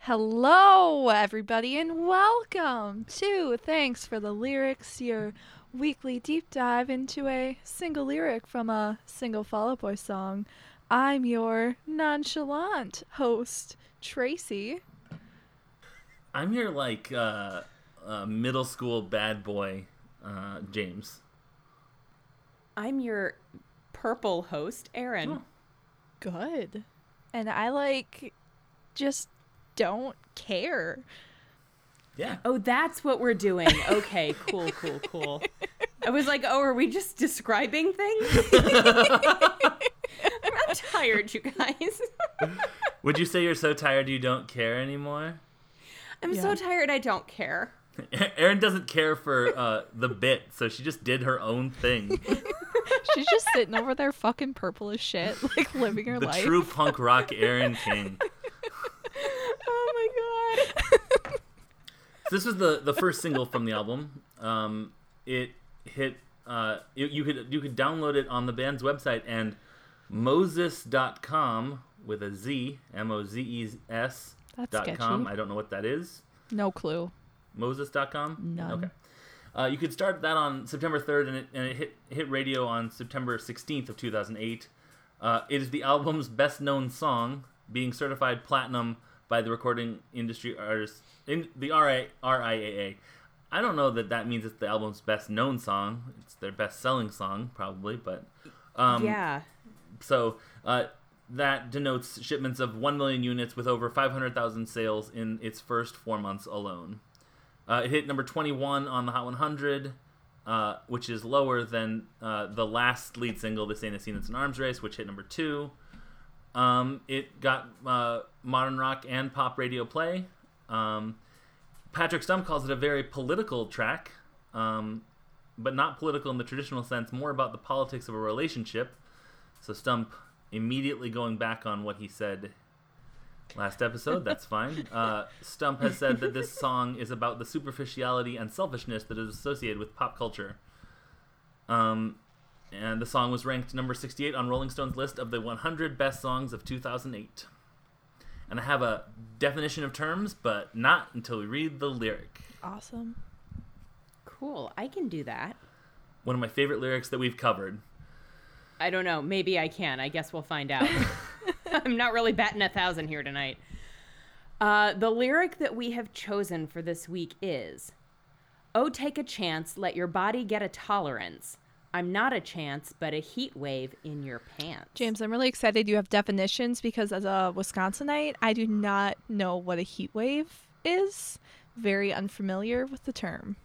Hello, everybody, and welcome to Thanks for the Lyrics, your weekly deep dive into a single lyric from a single Fall Out Boy song. I'm your nonchalant host, Tracy. I'm your like uh, uh, middle school bad boy, uh, James. I'm your purple host, Erin. Oh. Good. And I like just don't care. Yeah. Oh, that's what we're doing. Okay, cool, cool, cool. I was like, oh, are we just describing things? I'm tired, you guys. Would you say you're so tired you don't care anymore? I'm Yeah. so tired, I don't care. Erin doesn't care for uh, the bit, so she just did her own thing. She's just sitting over there fucking purple as shit, like living her The life. true punk rock Erin King. Oh my god. So this was the the first single from the album. Um, it hit. Uh, you, you could you could download it on the band's website and Moses.com with a Z M O Z E S That's dot com. I don't know what that is. No clue. Moses.com? None. Okay. Uh, you could start that on September 3rd, and it, and it hit, hit radio on September 16th of 2008. Uh, it is the album's best known song, being certified platinum by the recording industry artist, in the RI, RIAA. I don't know that that means it's the album's best known song. It's their best selling song, probably, but. Um, yeah. so uh, that denotes shipments of 1 million units with over 500,000 sales in its first four months alone. Uh, it hit number 21 on the Hot 100, uh, which is lower than uh, the last lead single, This Ain't a Scene, It's an Arms Race, which hit number 2. Um, it got uh, modern rock and pop radio play. Um, Patrick Stump calls it a very political track, um, but not political in the traditional sense, more about the politics of a relationship. So Stump immediately going back on what he said last episode. That's fine. Uh, Stump has said that this song is about the superficiality and selfishness that is associated with pop culture. Um, and the song was ranked number 68 on Rolling Stone's list of the 100 best songs of 2008. And I have a definition of terms, but not until we read the lyric. Awesome. Cool. I can do that. One of my favorite lyrics that we've covered. I don't know. Maybe I can. I guess we'll find out. I'm not really batting a thousand here tonight. Uh, the lyric that we have chosen for this week is Oh, take a chance, let your body get a tolerance. I'm not a chance, but a heat wave in your pants. James, I'm really excited you have definitions because as a Wisconsinite, I do not know what a heat wave is. Very unfamiliar with the term.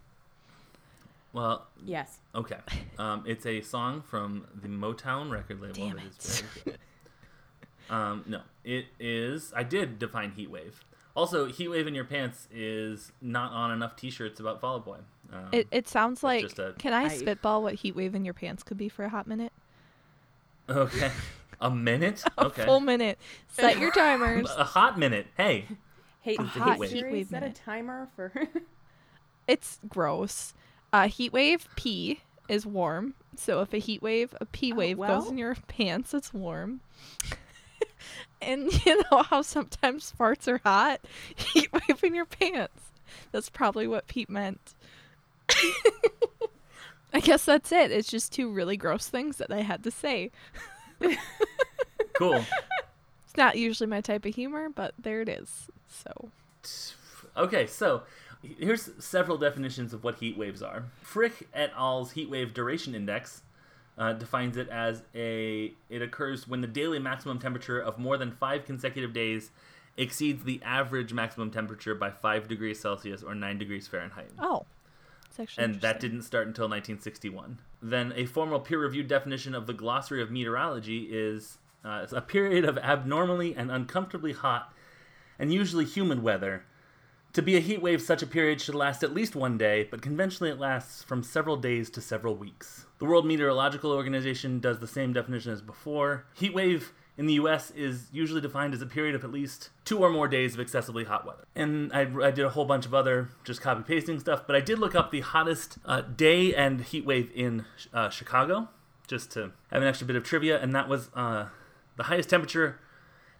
Well, Yes. Okay. Um, it's a song from the Motown record label. Damn that is very good. um, no, it is. I did define heat wave. Also, heat wave in your pants is not on enough T-shirts about Fall Out Boy. Um, It, it sounds like. just a- can I, I- spitball what heat wave in your pants could be for a hot minute? okay. A minute. Okay. A full minute. Set your timers. A hot minute. Hey. Hey, A hot heat wave. Siri, wave set a minute. timer for. it's gross. A heat wave P is warm. So if a heat wave, a P wave goes Oh, well. in your pants, it's warm. and you know how sometimes farts are hot? Heat wave in your pants. That's probably what Pete meant. I guess that's it. It's just two really gross things that I had to say. Cool. It's not usually my type of humor, but there it is. So Okay, so here's several definitions of what heat waves are. Frick et al.'s heat wave duration index uh, defines it as a it occurs when the daily maximum temperature of more than five consecutive days exceeds the average maximum temperature by five degrees Celsius or nine degrees Fahrenheit oh, it's actually and that interesting. didn't start until 1961. Then a formal peer-reviewed definition of the glossary of meteorology is uh, it's a period of abnormally and uncomfortably hot and usually humid weather. To be a heat wave, such a period should last at least one day, but conventionally it lasts from several days to several weeks. The World Meteorological Organization does the same definition as before. Heat wave in the US is usually defined as a period of at least two or more days of excessively hot weather. And I, I did a whole bunch of other just copy pasting stuff, but I did look up the hottest uh, day and heat wave in uh, Chicago just to have an extra bit of trivia, and that was uh, the highest temperature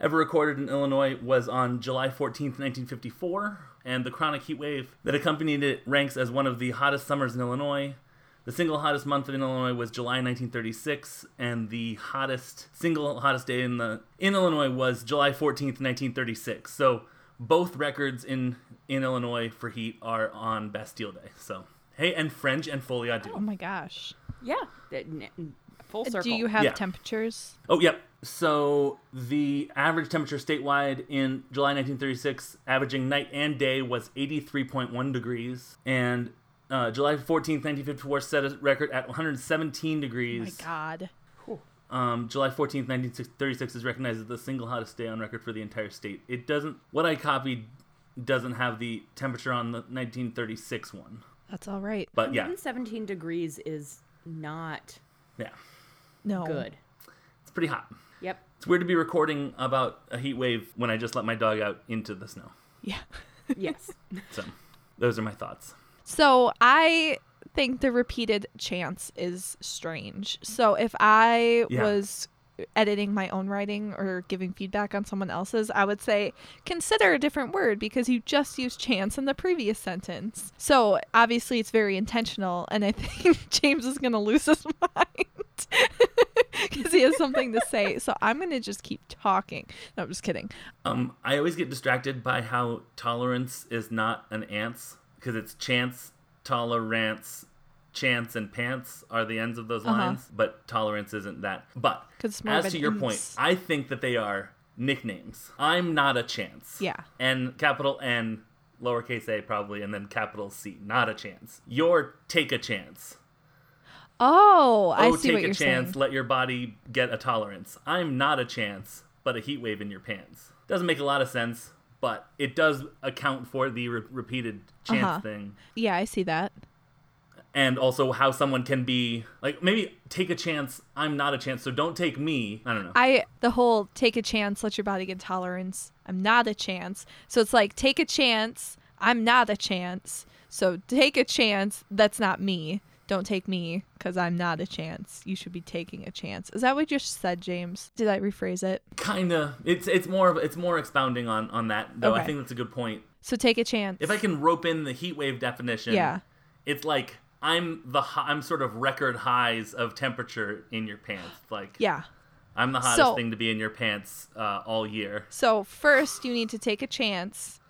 ever recorded in Illinois was on July 14th, 1954, and the chronic heat wave that accompanied it ranks as one of the hottest summers in Illinois. The single hottest month in Illinois was July 1936, and the hottest single hottest day in the in Illinois was July 14th, 1936. So both records in in Illinois for heat are on Bastille Day. So hey, and French and Folia Oh do. my gosh. Yeah. that- n- Full circle. Do you have Yeah. temperatures? Oh yep. So the average temperature statewide in July 1936, averaging night and day, was 83.1 degrees, and uh, July 14th, 1954, set a record at 117 Oh my degrees. god. Um, July 14th, 1936 is recognized as the single hottest day on record for the entire state. It doesn't, what I copied doesn't have the temperature on the 1936 one. That's all right. But yeah, 117 degrees is not yeah, No. good. it's pretty hot. Yep. It's weird to be recording about a heat wave when I just let my dog out into the snow. Yeah. Yes. So those are my thoughts. So I think the repeated chance is strange. So if I Yeah. was editing my own writing or giving feedback on someone else's, I would say consider a different word because you just used chance in the previous sentence. So obviously it's very intentional and I think James is going to lose his mind cuz he has something to say. So I'm going to just keep talking. No, I'm just kidding. Um, I always get distracted by how tolerance is not an ants because it's chance, tolerance, chance, and pants are the ends of those Uh-huh. lines, but tolerance isn't that. But 'Cause it's more of as an to your point, ins. I think that they are nicknames. I'm not a chance. Yeah. And capital N, lowercase a probably, and then capital C, not a chance. Your take a chance. Oh, I oh, see take what a you're chance. saying. Let your body get a tolerance. I'm not a chance, but a heat wave in your pants. Doesn't make a lot of sense, but it does account for the re- repeated chance Uh-huh. thing, yeah, I see that. and also how someone can be like maybe take a chance. I'm not a chance, so don't take me. I don't know. I the whole take a chance, let your body get tolerance. I'm not a chance. So it's like take a chance. I'm not a chance. So take a chance. That's not me. Don't take me because I'm not a chance. You should be taking a chance. Is that what you just said, James? Did I rephrase it? Kinda. It's it's more of it's more expounding on on that though. I Okay. think that's a good point. So take a chance. If I can rope in the heat wave definition, Yeah. it's like. I'm the hi- I'm sort of record highs of temperature in your pants. Like yeah. I'm the hottest So- thing to be in your pants uh, all year. So first you need to take a chance,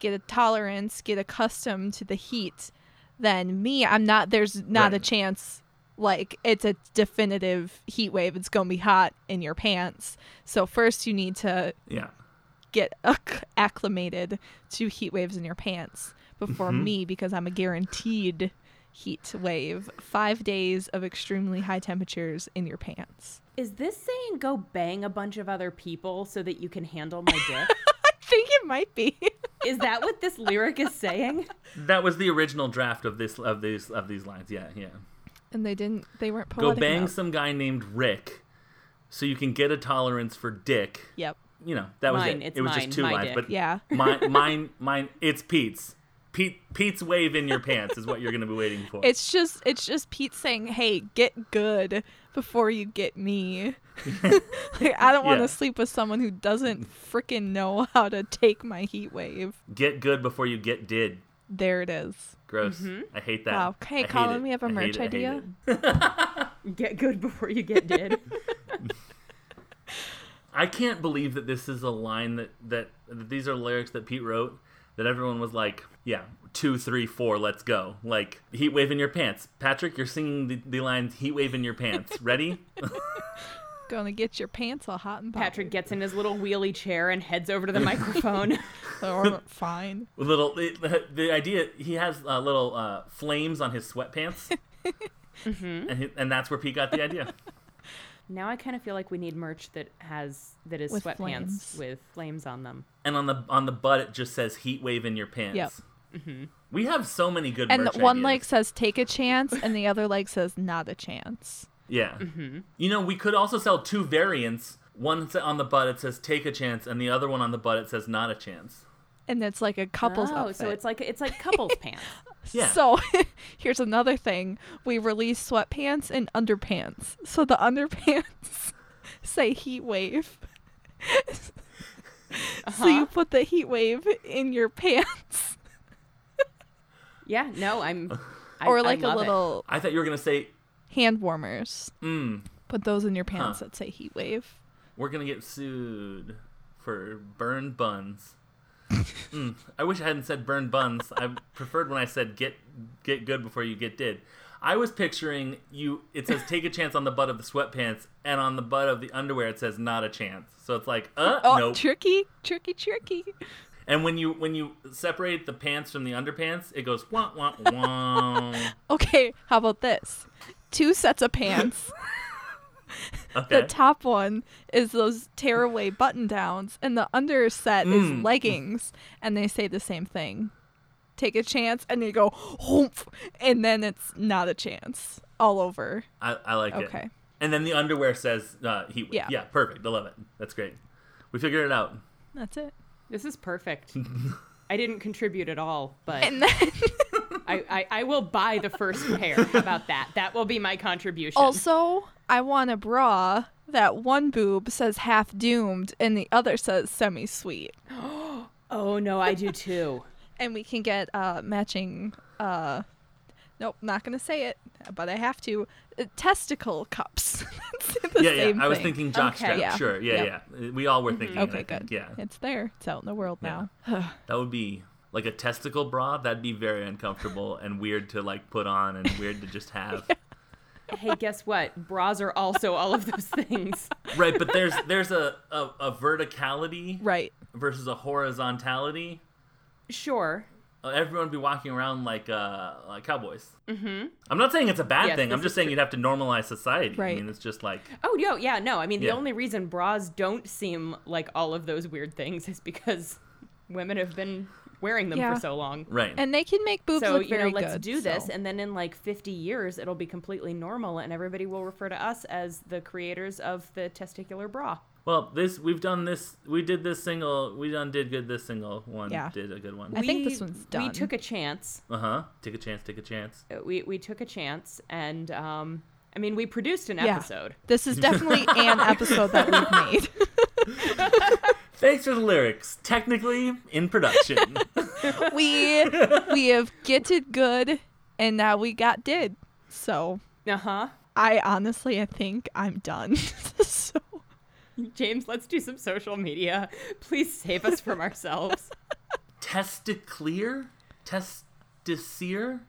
get a tolerance, get accustomed to the heat. Then me, I'm not there's not a Right. chance like it's a definitive heat wave. It's going to be hot in your pants. So first you need to Yeah. get acc- acclimated to heat waves in your pants before Mm-hmm. me because I'm a guaranteed heat wave. 5 days of extremely high temperatures in your pants. Is this saying go bang a bunch of other people so that you can handle my dick? I think it might be. is that what this lyric is saying? That was the original draft of this of these of these lines. Yeah, yeah. and they didn't they weren't Go poetic bang enough. some guy named Rick, so you can get a tolerance for dick. Yep. You know that was Mine, it. it's it was mine, just two my lines, dick. but Yeah. mine, mine, mine. It's Pete's. Pete, Pete's wave in your pants is what you're gonna be waiting for. It's just it's just Pete saying, "Hey, get good before you get me." like I don't want to Yeah. sleep with someone who doesn't freaking know how to take my heat wave. get good before you get did. There it is. Gross. I hate that. Mm-hmm. Wow. Hey, I hate Colin, it. we have a I hate merch it, I hate idea? it. Get good before you get did. I can't believe that this is a line that, that that these are lyrics that Pete wrote that everyone was like, yeah, two, three, four, let's go. Like heat wave in your pants. Patrick, you're singing the, the lines heat wave in your pants. Ready? Going to get your pants all hot and Patrick gets in his little wheelie chair and heads over to the microphone. Oh, fine. little it, the idea he has uh, little uh, flames on his sweatpants. Mm-hmm. And, he, and that's where Pete got the idea. now I kind of feel like we need merch that has that is With sweatpants flames. with flames on them. And on the on the butt, it just says "heat wave in your pants." Yep. Mm-hmm. We have so many good. And merch one ideas. leg says take a chance and the other leg says not a chance. Yeah. You know, we could also sell two variants. One sa- on the butt it says take a chance, and the other one on the butt it says not a chance. And it's like a couple's oh, outfit. so it's like it's like couples pants. Yeah. So here's another thing. We release sweatpants and underpants. So the underpants say heat wave. So you put the heat wave in your pants Yeah, no, I'm. I, I or like a love it. little I thought you were gonna say, hand warmers. mm, Put those in your pants that say heat wave. "We're gonna get sued for burned buns." mm, I wish I hadn't said burned buns. I preferred when I said "get get good before you get did." I was picturing you. It says "take a chance on the butt of the sweatpants," and on the butt of the underwear it says "not a chance." So it's like, uh, Oh, nope. tricky, tricky, tricky. And when you when you separate the pants from the underpants, it goes wah wah wah. Okay, how about this? Two sets of pants. The Okay. top one is those tearaway button downs, and the under set Mm. is leggings, and they say the same thing. Take a chance, and they go, "Humph," and then it's not a chance all over. I, I like it. Okay. And then the underwear says uh, heat wave. Yeah. Yeah. perfect. I love it. That's great. We figured it out. That's it. This is perfect. I didn't contribute at all, but And then I, I, I will buy the first pair. How about that? That will be my contribution. also, I want a bra that one boob says half doomed and the other says semi sweet, oh no, I do too. and we can get uh, matching. Uh, nope, not gonna say it, but I have to. Uh, testicle cups. It's the yeah, same yeah. I was thing. thinking jock Okay. strap. Yeah. Sure. Yeah, Yep. Mm-hmm. yeah. We all were thinking. it, I Okay, think. good. Yeah. It's there. It's out in the world Yeah. now. That would be like a testicle bra. That'd be very uncomfortable and weird to like put on and weird to just have. Hey, guess what? Bras are also all of those things. Right. But there's there's a a, a verticality right. versus a horizontality. Sure. Uh, Everyone would be walking around like uh like cowboys. Mm-hmm. I'm not saying it's a bad Yes, thing. this I'm just is saying you'd have to normalize society. I Right. mean, it's just like Oh no, yeah, no. I mean, the Yeah. only reason bras don't seem like all of those weird things is because women have been wearing them Yeah. for so long. right. And they can make boobs So look you very know, let's good, do this, so- and then in like 50 years, it'll be completely normal, and everybody will refer to us as the creators of the testicular bra. Well, this we've done this. We did this single. We done did good. This single one Yeah. did a good one. I think this one's We done. took a chance. Uh huh. Take a chance. Take a chance. Uh, We we took a chance, and um, I mean, we produced an Yeah. episode. This is definitely an episode that we've made. Thanks for the lyrics. Technically in production. we we have getted good, and now we got did. So Uh huh. I honestly, I think I'm done. so James, let's do some social media. Please save us from ourselves. Testiclear. Testiceer.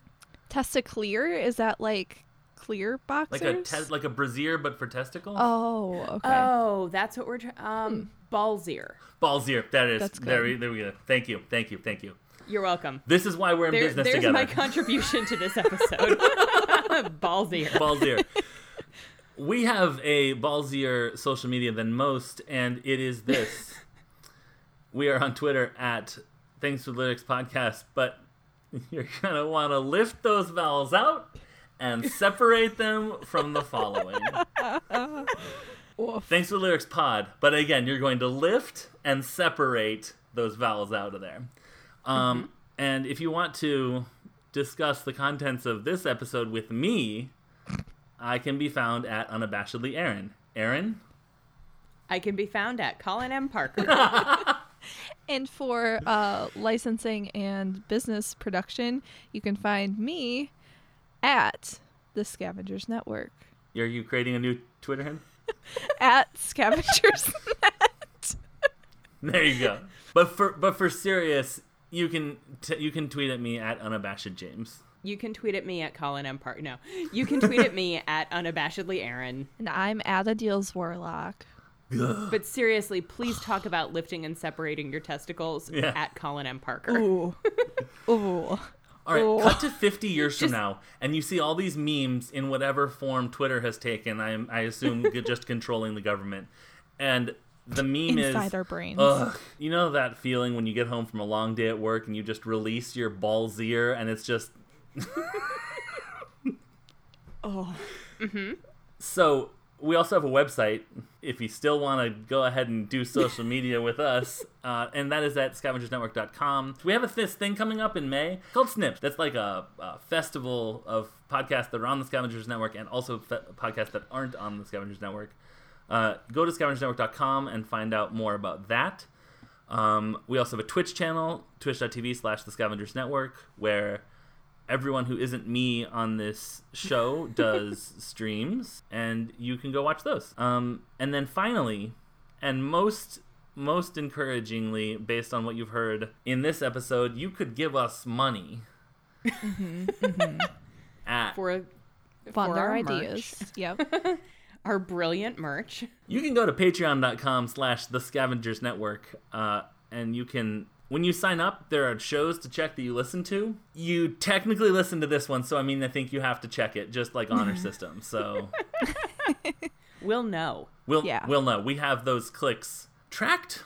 testiclear is that like clear boxers? Like a tes like a brazier, but for testicles. oh, okay. Oh, that's what we're trying. Um, Ballsier. Ballsier. That is. That's good. There we, there we go. Thank you. Thank you. Thank you. You're welcome. This is why we're in There- business there's together. my contribution to this episode. Ballsier. Ballsier. we have a ballsier social media than most, and it is this. we are on Twitter at Thanks for the Lyrics Podcast, but you're going to want to lift those vowels out and separate them from the following. Oof. Thanks for the Lyrics Pod, but again, you're going to lift and separate those vowels out of there. Um, And if you want to discuss the contents of this episode with me, I can be found at unabashedly Aaron. Aaron, I can be found at Colin M. Parker. And for uh, licensing and business production, you can find me at the Scavengers Network. are you creating a new Twitter handle? At Scavengers Net. There you go. But for but for serious, you can t- you can tweet at me at unabashed James. you can tweet at me at Colin M. Parker. No, you can tweet at me at unabashedly Aaron. And I'm at a deals warlock. But seriously, please talk about lifting and separating your testicles Yeah. at Colin M. Parker. Ooh. Ooh. All right, Oh. cut to 50 years from Just- now, and you see all these memes in whatever form Twitter has taken. I, I assume g- just controlling the government, and the meme is Inside our brains. Ugh, you know that feeling when you get home from a long day at work and you just release your ballsier, and it's just Oh. So we also have a website if you still want to go ahead and do social media with us, uh, and that is at scavengersnetwork.com. We have a, this thing coming up in May called Snips. That's like a, a festival of podcasts that are on the Scavengers Network and also fe- podcasts that aren't on the Scavengers Network. Uh, go to scavengersnetwork.com and find out more about that. Um, we also have a Twitch channel, twitch.tv slash the Scavengers Network, where everyone who isn't me on this show does streams, and you can go watch those. Um, and then finally, and most most encouragingly, based on what you've heard in this episode, you could give us money at for Fun for our ideas. merch, Yep. our brilliant merch. You can go to patreon.com slash the scavengers network, uh, and you can when you sign up, there are shows to check that you listen to. You technically listen to this one, so I mean I think you have to check it, just like honor system. So We'll know we'll Yeah. we'll know. We have those clicks tracked,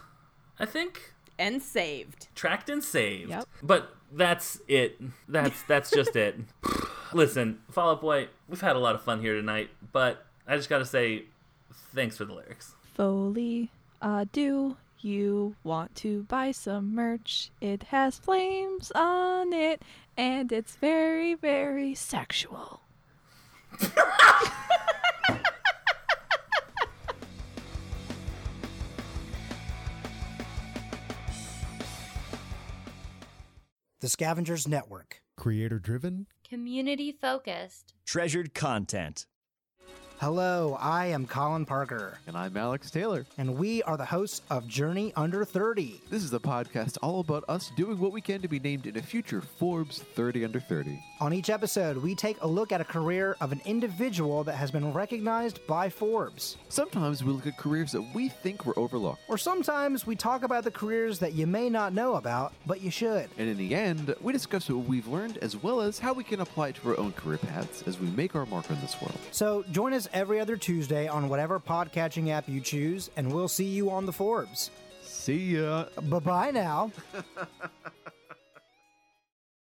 I think. and saved. Tracked and saved. Yep. But that's it. That's that's just it. Listen, Fall Out Boy, we've had a lot of fun here tonight, but I just gotta say thanks for the lyrics. Foley, uh, do you want to buy some merch? It has flames on it, and it's very, very sexual. The Scavengers Network. Creator driven? Community focused. Treasured content. Hello, I am Colin Parker, And I'm Alex Taylor. and we are the hosts of Journey Under 30. This is a podcast all about us doing what we can to be named in a future Forbes 30 Under 30. On each episode, we take a look at a career of an individual that has been recognized by Forbes. Sometimes we look at careers that we think were overlooked. Or sometimes we talk about the careers that you may not know about, but you should. And in the end, we discuss what we've learned as well as how we can apply it to our own career paths as we make our mark on this world. So join us every other Tuesday on whatever podcatching app you choose, and we'll see you on the Forbes. See ya! Bye bye now.